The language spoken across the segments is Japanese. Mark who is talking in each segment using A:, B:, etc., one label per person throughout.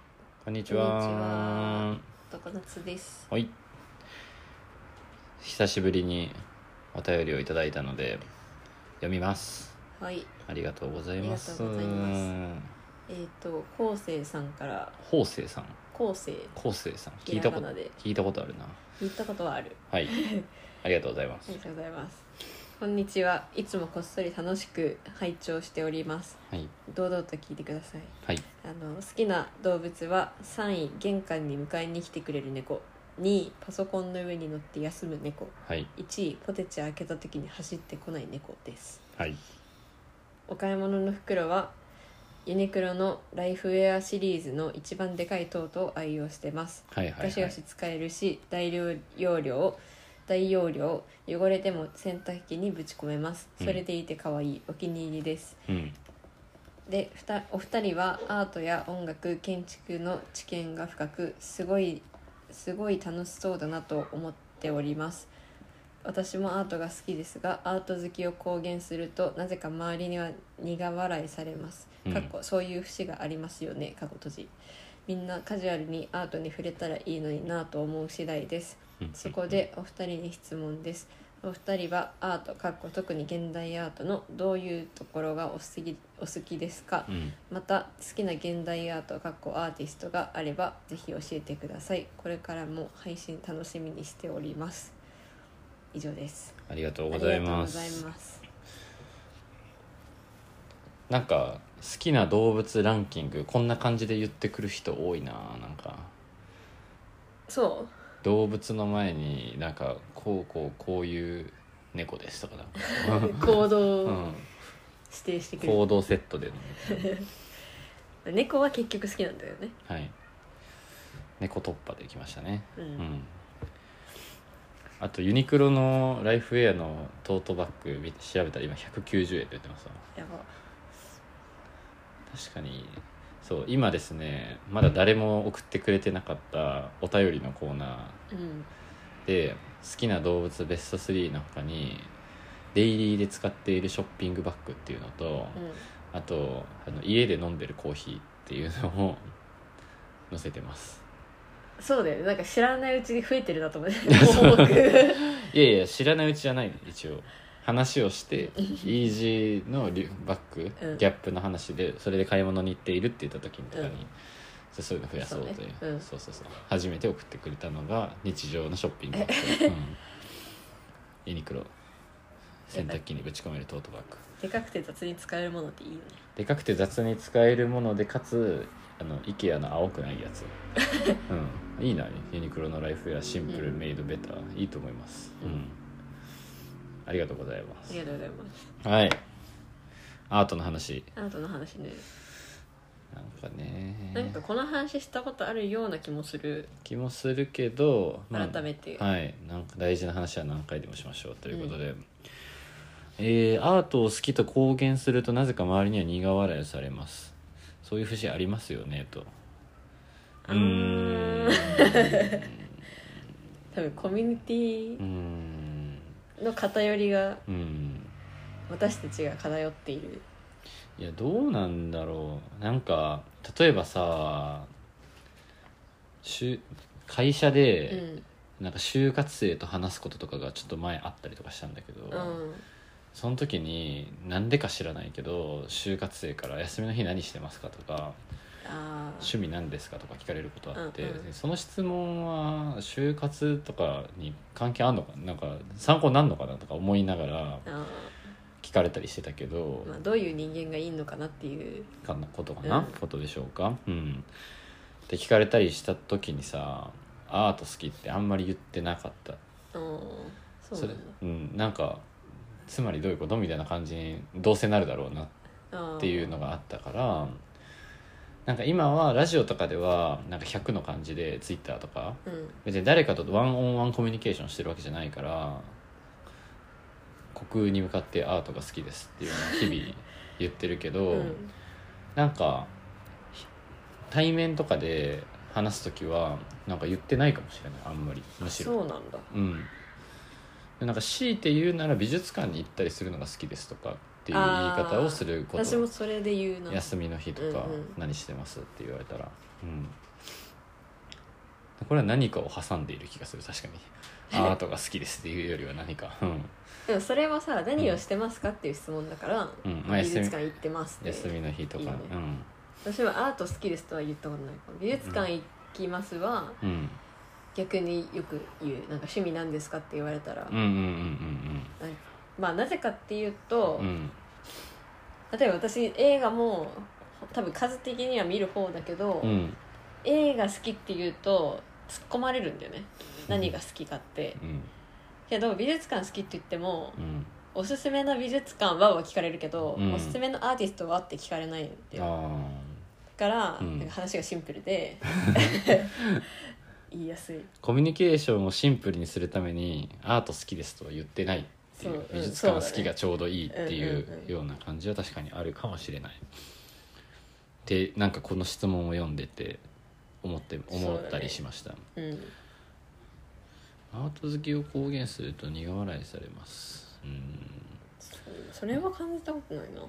A: ちは
B: こんにちは常夏です
A: はい久しぶりにお便りをいただいたので読みます
B: はい
A: ありがとうございます
B: ありがとうございまえっ、ー、と昴生さんから
A: ほうせいさん
B: 昴生
A: こうせいさん聞い
B: ひら
A: た
B: が
A: こ
B: な
A: と
B: で
A: 聞いたことあるな
B: 言ったことはある
A: はい ありがとうございま
B: あ
A: す
B: りがとうございますこんにちはいつもこっそり楽しく拝聴しております
A: はい
B: 堂々と聞いてください
A: はい
B: あの好きな動物は3位玄関に迎えに来てくれる猫2位パソコンの上に乗って休む猫
A: はい
B: 1位ポテチ開けた時に走ってこない猫です
A: はい
B: お買い物の袋はユニクロのライフウェアシリーズの一番でかいトートを愛用してます
A: はいはい
B: ガシ
A: は
B: ガ
A: い
B: シ使えるし大量容量大容量汚れても洗濯機にぶち込めます
A: うん
B: それでいて可愛いお気に入りです
A: うん
B: でふたお二人はアートや音楽建築の知見が深くすごいすごい楽しそうだなと思っております私もアートが好きですがアート好きを公言するとなぜか周りには苦笑いされます、
A: うん
B: かっこそういう節がありますよね過去閉じみんなカジュアルにアートに触れたらいいのになぁと思う次第です
A: うん
B: そこでお二人に質問です。お二人はアート、かっこ特に現代アートのどういうところがお好きお好きですか
A: うん
B: また好きな現代アート、かっこアーティストがあればぜひ教えてください。これからも配信楽しみにしております。以上です。
A: ありがと
B: あ
A: うご
B: りがと
A: ざいう
B: ご
A: ま
B: ざい
A: す
B: ます。
A: なんか好きな動物ランキングこんな感じで言ってくる人多いななんか
B: そ
A: 動物の前になんかこうこうこういう猫ですとかなんか、
B: う、行動
A: う
B: を
A: ん、
B: 指定してくる。
A: 行動セットで、ね、
B: 猫は結局好きなんだよね。
A: はい猫突破できましたね
B: うん。
A: うんあとユニクロのライフウェアのトートバッグ見て調べたら今190円って言ってますわ
B: やば。
A: 確かにそう今ですねまだ誰も送ってくれてなかったお便りのコーナ
B: うん。
A: ーで好きな動物ベスト3の他にデイリーで使っているショッピングバッグっていうのと、あとあの家で飲んでるコーヒーっていうのを 載せてます
B: そうだよね。なんか知らないうちに増えてるなと思って。項目
A: いやいや知らないうちじゃないね一応話をしてイージーのリュバッグ、
B: うん
A: ギャップの話でそれで買い物に行っているって言った時とかに、
B: うん
A: そうそういうの増やそうという
B: そ
A: そうう,、
B: ねうん
A: そうそう初めて送ってくれたのが日常のショッピングバッグ、 うんユニクロ洗濯機にぶち込めるトートバッグ
B: でかくて雑に使えるものっていいよね
A: でかくて雑に使えるものでかつあの IKEA の青くない やつ、うん、いいなユニクロのライフやシンプル、
B: うん
A: メイドベターいいと思います、うん、ありがとうございま
B: あ
A: す
B: りがとうございます
A: はいアートの話
B: あなたの話ね
A: なんかね
B: なんかこの話したことあるような気もする
A: 気もするけど、
B: 改めて
A: はいなんか大事な話は何回でもしましょうということで、えーアートを好きと公言するとなぜか周りには苦笑いされますそういう節ありますよねと
B: うーん
A: うーん
B: 多分コミュニテ
A: うー
B: ィ
A: ん
B: の偏りが
A: うーん
B: 私たちが偏っている
A: いやどうなんだろうなんか例えばさしゅ会社
B: う
A: で、
B: ん
A: なんか就活生と話すこととかがちょっと前あったりとかしたんだけど、
B: うん
A: その時になんでか知らないけど就活生から「休みの日何してますか?」とか「
B: ああ
A: 趣味何ですか?」とか聞かれることあって、
B: うんうん
A: その質問は就活とかに関係あんのかなんか参考になるのかなとか思いながら
B: あ
A: 聞かれたりしてたけど
B: ー、まあ、どういう人間がいいのかなっていう
A: かなことかな、
B: うん
A: ことでしょうかうんって聞かれたりした時にさアート好きってあんまり言ってなかった
B: うんそうなんだ
A: れうんなんかつまりどういうことみたいな感じにどうせなるだろうな
B: あー
A: っていうのがあったからなんか今はラジオとかではなんか100の感じでツイッターとか
B: うん
A: 別に誰かとワンオンワンコミュニケーションしてるわけじゃないから虚空に向かってアートが好きですっていうのを日々言ってるけど、
B: うん
A: なんかひ対面とかで話す時はなんか言ってないかもしれないあんまりむしろ
B: そうなんだ
A: うんでなんか強いて言うなら美術館に行ったりするのが好きですとかっていう言い方をすること
B: 私もそれで言うな
A: 休みの日とか
B: うんうん
A: 何してますって言われたら、うんこれは何かを挟んでいる気がする確か にアートが好きですっていうよりは何か、うん
B: でもそれはさ何をしてますかっていう質問だから、
A: うんまあ
B: 美術館行ってますって
A: 休みの日とか
B: いいね
A: うん
B: 私はアート好きですとは言ったことないかも美術館行きますは
A: うん、
B: 逆によく言うなんか趣味なんですかって言われたら、
A: うんうんうん
B: まあなぜかっていうと
A: うんうんう、ん
B: 例えば私映画も多分数的には見る方だけど、
A: うん
B: 映画好きって言うと突っ込まれるんだよね何が好きかって
A: うん
B: けど美術館好きって言っても
A: うん
B: おすすめの美術館はは聞かれるけど、
A: うん
B: おすすめのアーティストはって聞かれないんだ
A: あ
B: よ
A: あ
B: だから、
A: うん
B: なんか話がシンプ ルで言いやすい
A: コミュニケーションをシンプルにするためにアート好きですとは言ってないっていう
B: そううん
A: 美術館
B: そうだ
A: は
B: ね
A: 好きがちょうどいいってい
B: んうんうん
A: うような感じは確かにあるかもしれない。でなんかこの質問を読んでて思って思ったりしました、
B: うん
A: アート好きを公言すると苦笑いされますうん
B: そうそれは感じたことないな
A: う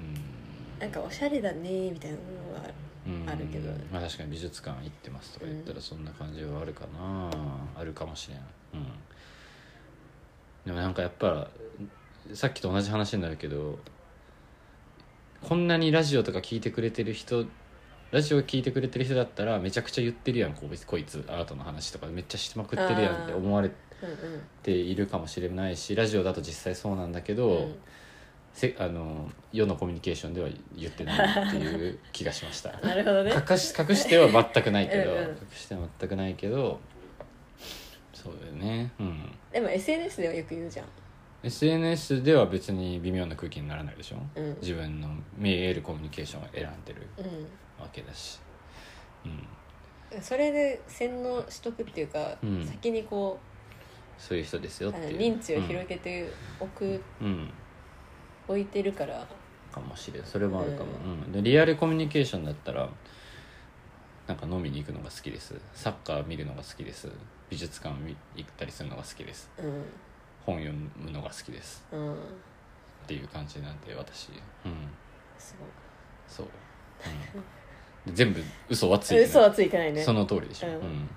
A: ん
B: なんかおしゃれだねみたいなのがある
A: うんうん
B: あるけど
A: まあ確かに美術館行ってますとか言った
B: う
A: らそんな感じはあるかな、あるかもしれない、うん、でもなんかやっぱさっきと同じ話になるけどこんなにラジオとか聞いてくれてる人ラジオ聞いてくれてる人だったらめちゃくちゃ言ってるやんこいつこいつアートの話とかめっちゃしてまくってるやんって思われ
B: うんうん
A: ているかもしれないしラジオだと実際そうなんだけど、
B: うん
A: せあの世のコミュニケーションでは言ってないっていう気がしました
B: なるほどね
A: 隠し隠しては全くないけど
B: うんうん
A: 隠しては全くないけどそうだよねうん
B: でも SNS ではよく言うじゃん
A: SNS では別に微妙な空気にならないでしょ
B: うん
A: 自分の見えるコミュニケーションを選んでる
B: う
A: わけだしうん
B: んそれで洗脳しとくっていうか、
A: うん
B: 先にこ
A: そういう人です
B: う
A: よっ
B: あ
A: て
B: の
A: いう
B: 認知を広げておく、
A: うん、うん
B: 置いてるから
A: かもしれんそれもあるかも、うんでリアルコミュニケーションだったらなんか飲みに行くのが好きですサッカー見るのが好きです美術館見行ったりするのが好きです
B: うん
A: 本読むのが好きです
B: うん
A: っていう感じなんで私うん
B: す
A: そう、うん全部嘘はつい
B: ごい
A: て
B: 嘘
A: ない
B: はついてないね
A: その通りでしょ、
B: う
A: うんん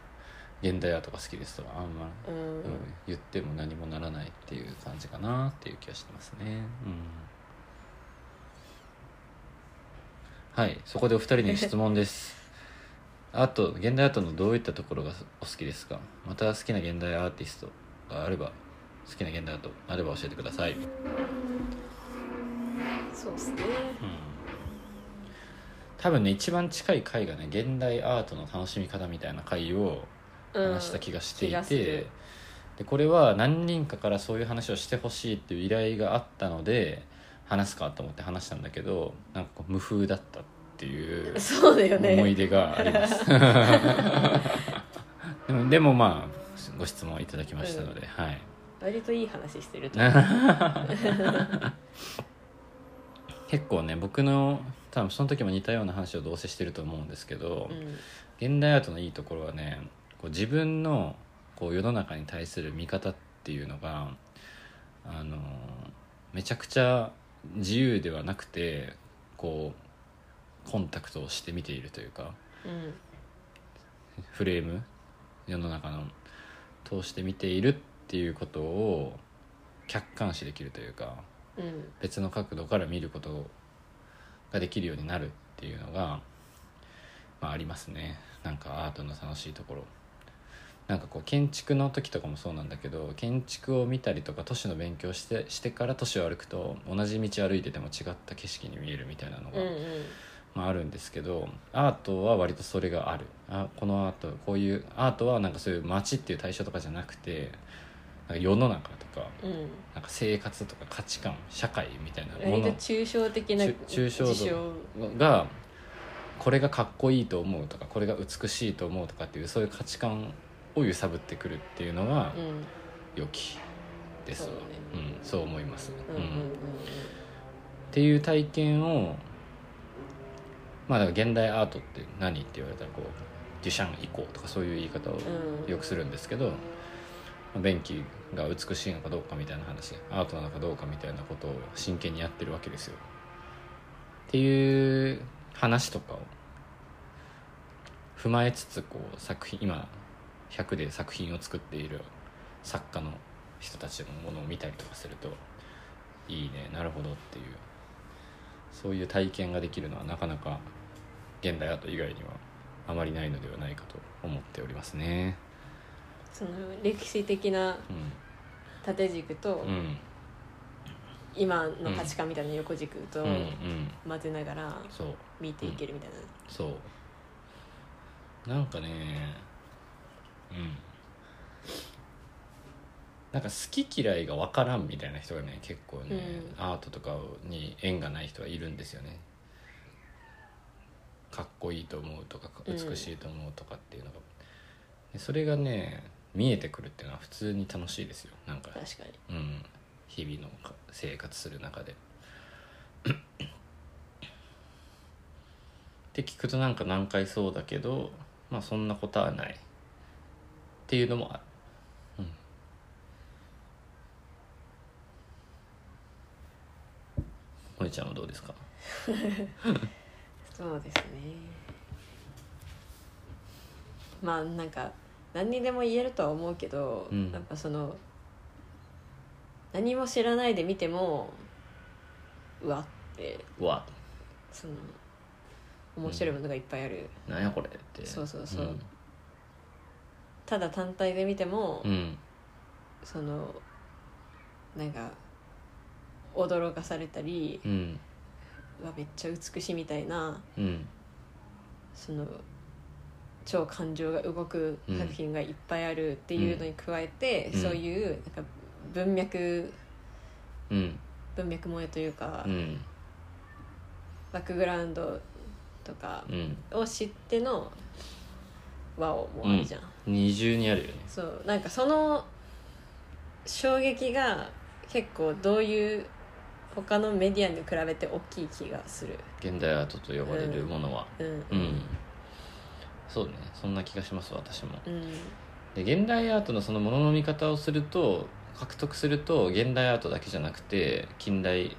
A: 現代アートが好きですとはあんま、
B: うん、
A: うん言っても何もならないっていう感じかなっていう気がしてますねうんはい、そこでお二人に質問です。 あと、現代アートのどういったところがお好きですかまた好きな現代アーティストがあれば、好きな現代アートあれば教えてください。うん。
B: そうですね
A: 多分ね、一番近い回がね、現代アートの楽しみ方みたいな回を
B: うん
A: 話した気がしてい
B: 気がす
A: て、
B: る
A: でこれは何人かからそういう話をしてほしいっていう依頼があったので、話すかと思って話したんだけど、なんかこう無風だったっていう。
B: そうだよね
A: 思い出があります でもでもまあご質問いただきましたので、はい
B: 割といい話してると
A: 結構ね僕の多分その時も似たような話をどうせしてると思うんですけど、現代アートのいいところはねこう自分のこう世の中に対する見方っていうのがあのめちゃくちゃ自由ではなくてこうコンタクトをして見ているというか、
B: うんうん
A: フレーム世の中の通して見ているっていうことを客観視できるというか
B: うん
A: 別の角度から見ることができるようになるっていうのが、まあ、ありますねなんかアートの楽しいところなんかこう建築の時とかもそうなんだけど建築を見たりとか都市の勉強してしてから都市を歩くと同じ道歩いてても違った景色に見えるみたいなの
B: う
A: が
B: んうん
A: まあ、あるんですけどアートは割とそれがあるあこのアートこういうアートはなんかそういう街っていう対象とかじゃなくてなんか世の中とか
B: うん
A: なんか生活とか価値観社会みたいなも
B: 割と
A: の
B: 抽象的な
A: 抽抽象度
B: 事象
A: がこれがかっこいいと思うとかこれが美しいと思うとかっていうそういう価値観を揺さぶってくるっていうのが
B: うん
A: 良きですわ
B: そうね
A: うん、そう思います、
B: うんうんうん
A: っていう体験をまあだから現代アートって何って言われたらこうデュシャン以降とかそういう言い方を
B: うん
A: よくするんですけど、まあ便器が美しいのかどうかみたいな話アートなのかどうかみたいなことを真剣にやってるわけですよ。っていう話とかを踏まえつつこう作品今100で作品を作っている作家の人たちのものを見たりとかするといいねなるほどっていうそういう体験ができるのはなかなか現代アート以外にはあまりないのではないかと思っておりますね。
B: その歴史的な
A: う
B: 縦軸と
A: ん、うん
B: 今の価値観みたいな横軸
A: う
B: と
A: んうん
B: 混ぜながら
A: そう
B: 見ていけるみたいな、
A: そうなんかねうんなんか好き嫌いが分からんみたいな人がね結構ね、
B: う
A: アートとかに縁がない人はいるんですよねかっこいいと思うとか
B: うん
A: 美しいと思うとかっていうのが、でそれがね見えてくるっていうのは普通に楽しいですよなんか
B: 確かに
A: うん、日々のか生活する中で。 って聞くとなんか難解そうだけどまあそんなことはないっていうのもある。うん森ちゃんはどうですか
B: そうですねまあなんか何にでも言えるとは思うけど、
A: うん
B: やっぱその何も知らないで見てもうわって
A: うわ
B: その面白いものがいっぱいある、
A: なんやこれって
B: そうそうそうただ単体で見ても、
A: うん、うん
B: そのなんか驚かされたり
A: うん
B: うわめっちゃ美しいみたいな
A: うん
B: その超感情が動く作品がいっぱいあるっていうのに加えて、
A: うん
B: そういうなんか文脈
A: うん
B: 文脈萌えというか、
A: うん
B: バックグラウンドとか
A: うん
B: を知っての和をもうあるじゃん、
A: 二重にあるよね
B: そうなんかその衝撃が結構どういう他のメディアに比べて大きい気がする
A: 現代アートと呼ばれるものは、
B: うん
A: うんそうねそんな気がします私も
B: うん
A: で現代アートのそのものの見方をすると獲得すると現代アートだけじゃなくて近代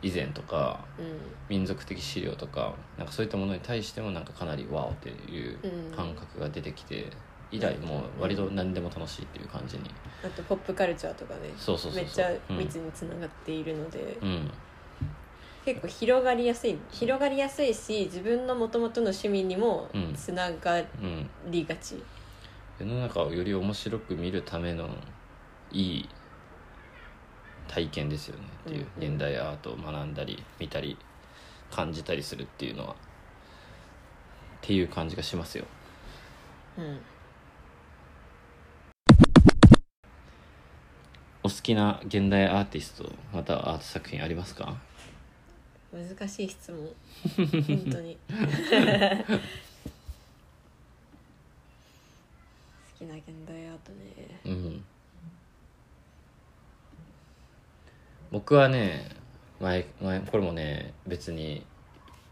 A: 以前とか
B: うん
A: 民族的資料とかなんかそういったものに対してもなんかかなりワオっていう
B: うん
A: 感覚が出てきて以来もう割と何でも楽しいっていう感じに
B: あとポップカルチャーとかね
A: そうそうそうそう
B: めっちゃ密につながっているので、
A: うん
B: 結構広がりやすい広がりやすいし自分のもともとの趣味にも
A: うん
B: つなが
A: うん
B: りがち、
A: 世の中をより面白く見るためのいい体験ですよねっていう、
B: うんうん
A: 現代アートを学んだり見たり感じたりするっていうのはっていう感じがしますよ
B: うん
A: お好きな現代アーティストまたはアート作品ありますか
B: 難しい 質問本当に好きな現代アートね
A: うん僕はね前前これもね別に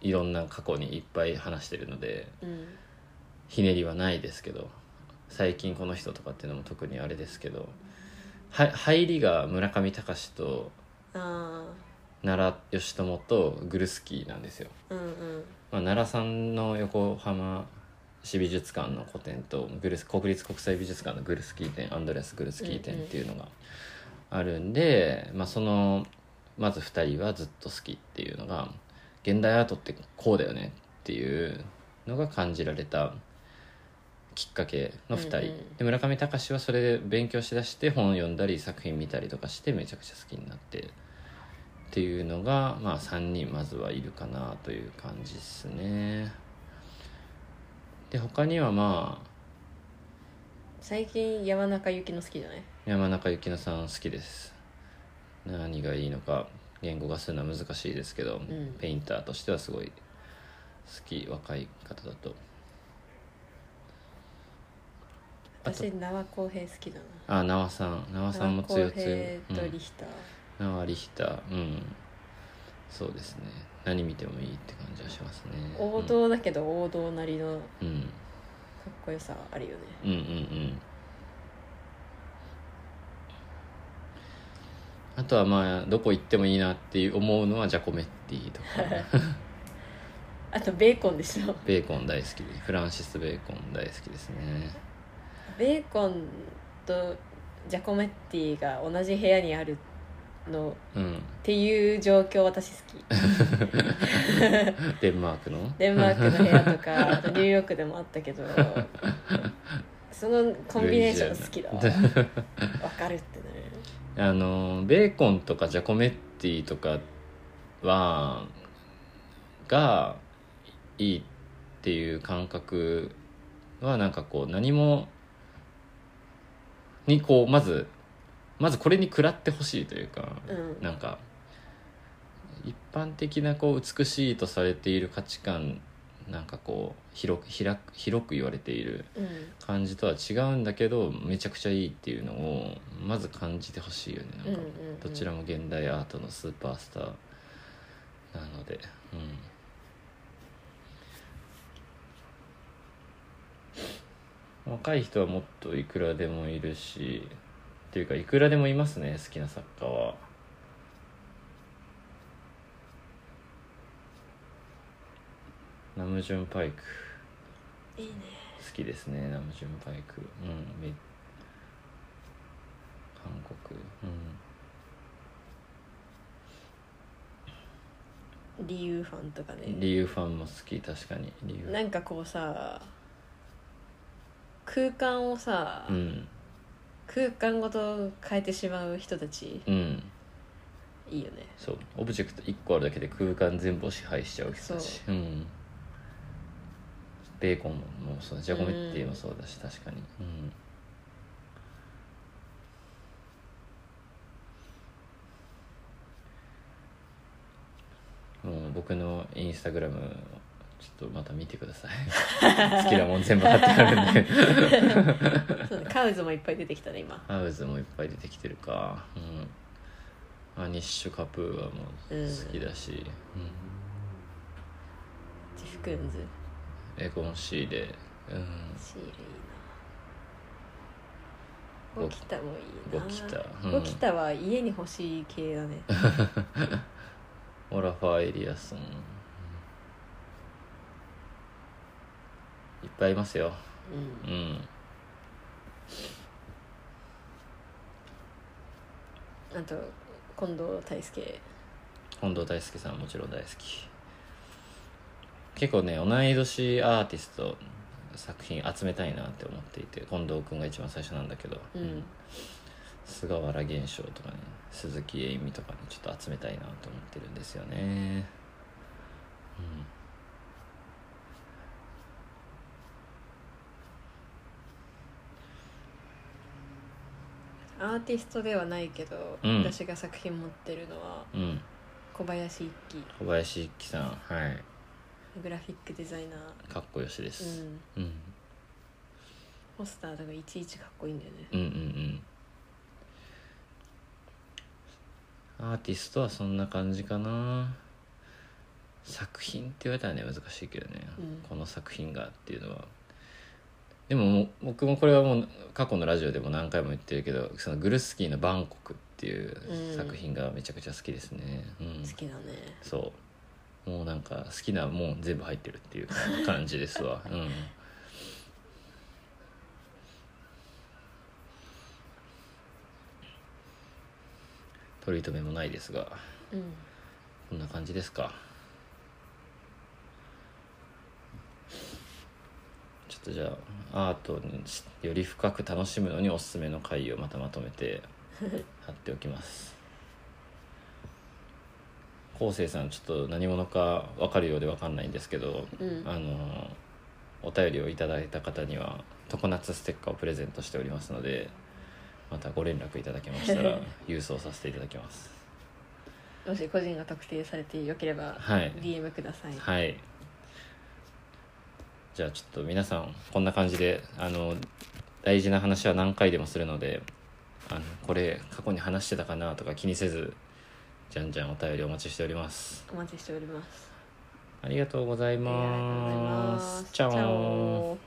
A: いろんな過去にいっぱい話してるので
B: うん
A: ひねりはないですけど最近この人とかっていうのも特にあれですけどは入りが村上隆と
B: あ
A: 奈良義朝とグルスキーなんですよ、
B: あうんうん
A: まあ、奈良さんの横浜市美術館の個展とグルス国立国際美術館のグルスキー展アンドレアス・グルスキー展っていうのがあるんで、まあ、そのまず2人はずっと好きっていうのが現代アートってこうだよねっていうのが感じられたきっかけの2人、
B: うんうん
A: で村上隆はそれで勉強しだして本を読んだり作品見たりとかしてめちゃくちゃ好きになってっていうのが、まあ、3人まずはいるかなという感じですね。で他にはまあ
B: 最近山中由紀の好きじゃない
A: 山中由紀乃さん好きです何がいいのか言語化するのは難しいですけど、
B: ん
A: ペインターとしてはすごい好き若い方だとあと
B: 私名和浩平好きだな
A: あ名和さん名和さんも
B: 名和
A: 強
B: 浩
A: 強
B: 平
A: う
B: と
A: ん
B: リヒター、
A: 名和リヒターうんそうですね何見てもいいって感じはしますね
B: 王道だけど王道なりのか
A: うん、うん
B: っこよさあるよね
A: うんうんうんあとは まあどこ行ってもいいなっていう思うのはジャコメッティとか
B: ああとベーコンでしょ
A: ベーコン大好きでフランシス・ベーコン大好きですね
B: ベーコンとジャコメッティが同じ部屋にあるのっ
A: うん
B: ていう状況私好き
A: デンマークの
B: デンマークの部屋とかあとニューヨークでもあったけどそのコンビネーション好きだわ
A: ルイジ
B: わかるってなる
A: あのベーコンとかジャコメッティとかはがいいっていう感覚はなんかこう何もにこうまずまずこれに食らってほしいというか、
B: うん
A: なんか一般的なこう美しいとされている価値観なんかこう広く開く広く言われている
B: うん
A: 感じとは違うんだけどめちゃくちゃいいっていうのをまず感じてほしいよねなんか
B: うんうんうん
A: どちらも現代アートのスーパースターなので、うん、若い人はもっといくらでもいるしっていうかいくらでもいますね好きな作家はナムジュン・パイク
B: いいね
A: 好きですねナムジュン・パイクうんめ韓国うん
B: 理由ファンとかね
A: 理由ファンも好き確かに理由
B: なんかこうさ空間をさ、
A: うん
B: 空間ごと変えてしまう人たち
A: うん
B: いいよね
A: そうオブジェクト1個あるだけで空間全部を支配しちゃう人たちうんベーコンもそうだジャコメッティもそうだし、確かにうんもう僕のインスタグラムちょっとまた見てください 好きなもん全部貼ってあるんで
B: そうねカウズもいっぱい出てきたね今
A: ハウズもいっぱい出てきてるかうんアニッシュカプーはもう好きだし、うん
B: ジフクンズ
A: エゴン C で、うん、
B: シー
A: ゴ
B: ルいいなゴキタもいいな
A: ゴキタうん
B: ゴキタは家に欲しい系だね
A: オラファー・エリアソンいっぱいいますよ、
B: うん
A: うん、
B: あと近藤大輔
A: 近藤大輔さんもちろん大好き結構ね同い年アーティスト作品集めたいなって思っていて近藤君が一番最初なんだけど、
B: うん
A: うん菅原玄翔とかね鈴木えいみとかねちょっと集めたいなと思ってるんですよねうん
B: アーティストではないけど、
A: うん
B: 私が作品持ってるのは
A: うん、
B: 小林一樹
A: 小林一樹さんはい
B: グラフィックデザイナ
A: かっこよしで
B: ー、う
A: す、
B: ん、
A: うん
B: ポスターとかいちいちかっこいいんだよね
A: うんうんうんアーティストはそんな感じかな作品って言われたらね難しいけどね、
B: うん
A: この作品がっていうのはでももう僕もこれはもう過去のラジオでも何回も言ってるけどそのグルスキーの「バンコク」っていう
B: うん
A: 作品がめちゃくちゃ好きですね、うん
B: 好きだね
A: そうもうなんか好きなもん全部入ってるっていう感じですわうん取り留めもないですが
B: うん
A: こんな感じですかちょっとじゃあアートにより深く楽しむのにおすすめの回をまたまとめ て貼っておきます昴生さんちょっと何者か分かるようで分かんないんですけど、
B: うん
A: あのお便りをいただいた方には常夏ステッカーをプレゼントしておりますのでまたご連絡いただけました ら郵送させていただきます
B: もし個人が特定されてよければ
A: はい
B: DM ください、
A: はい。じゃあちょっと皆さんこんな感じであの大事な話は何回でもするのであのこれ過去に話してたかなとか気にせずじゃんじゃんお便りお待ちしております。
B: お待ちしております
A: ありがとうござい
B: ありがとうござい
A: ま。
B: ますす
A: チャオ
B: チャオ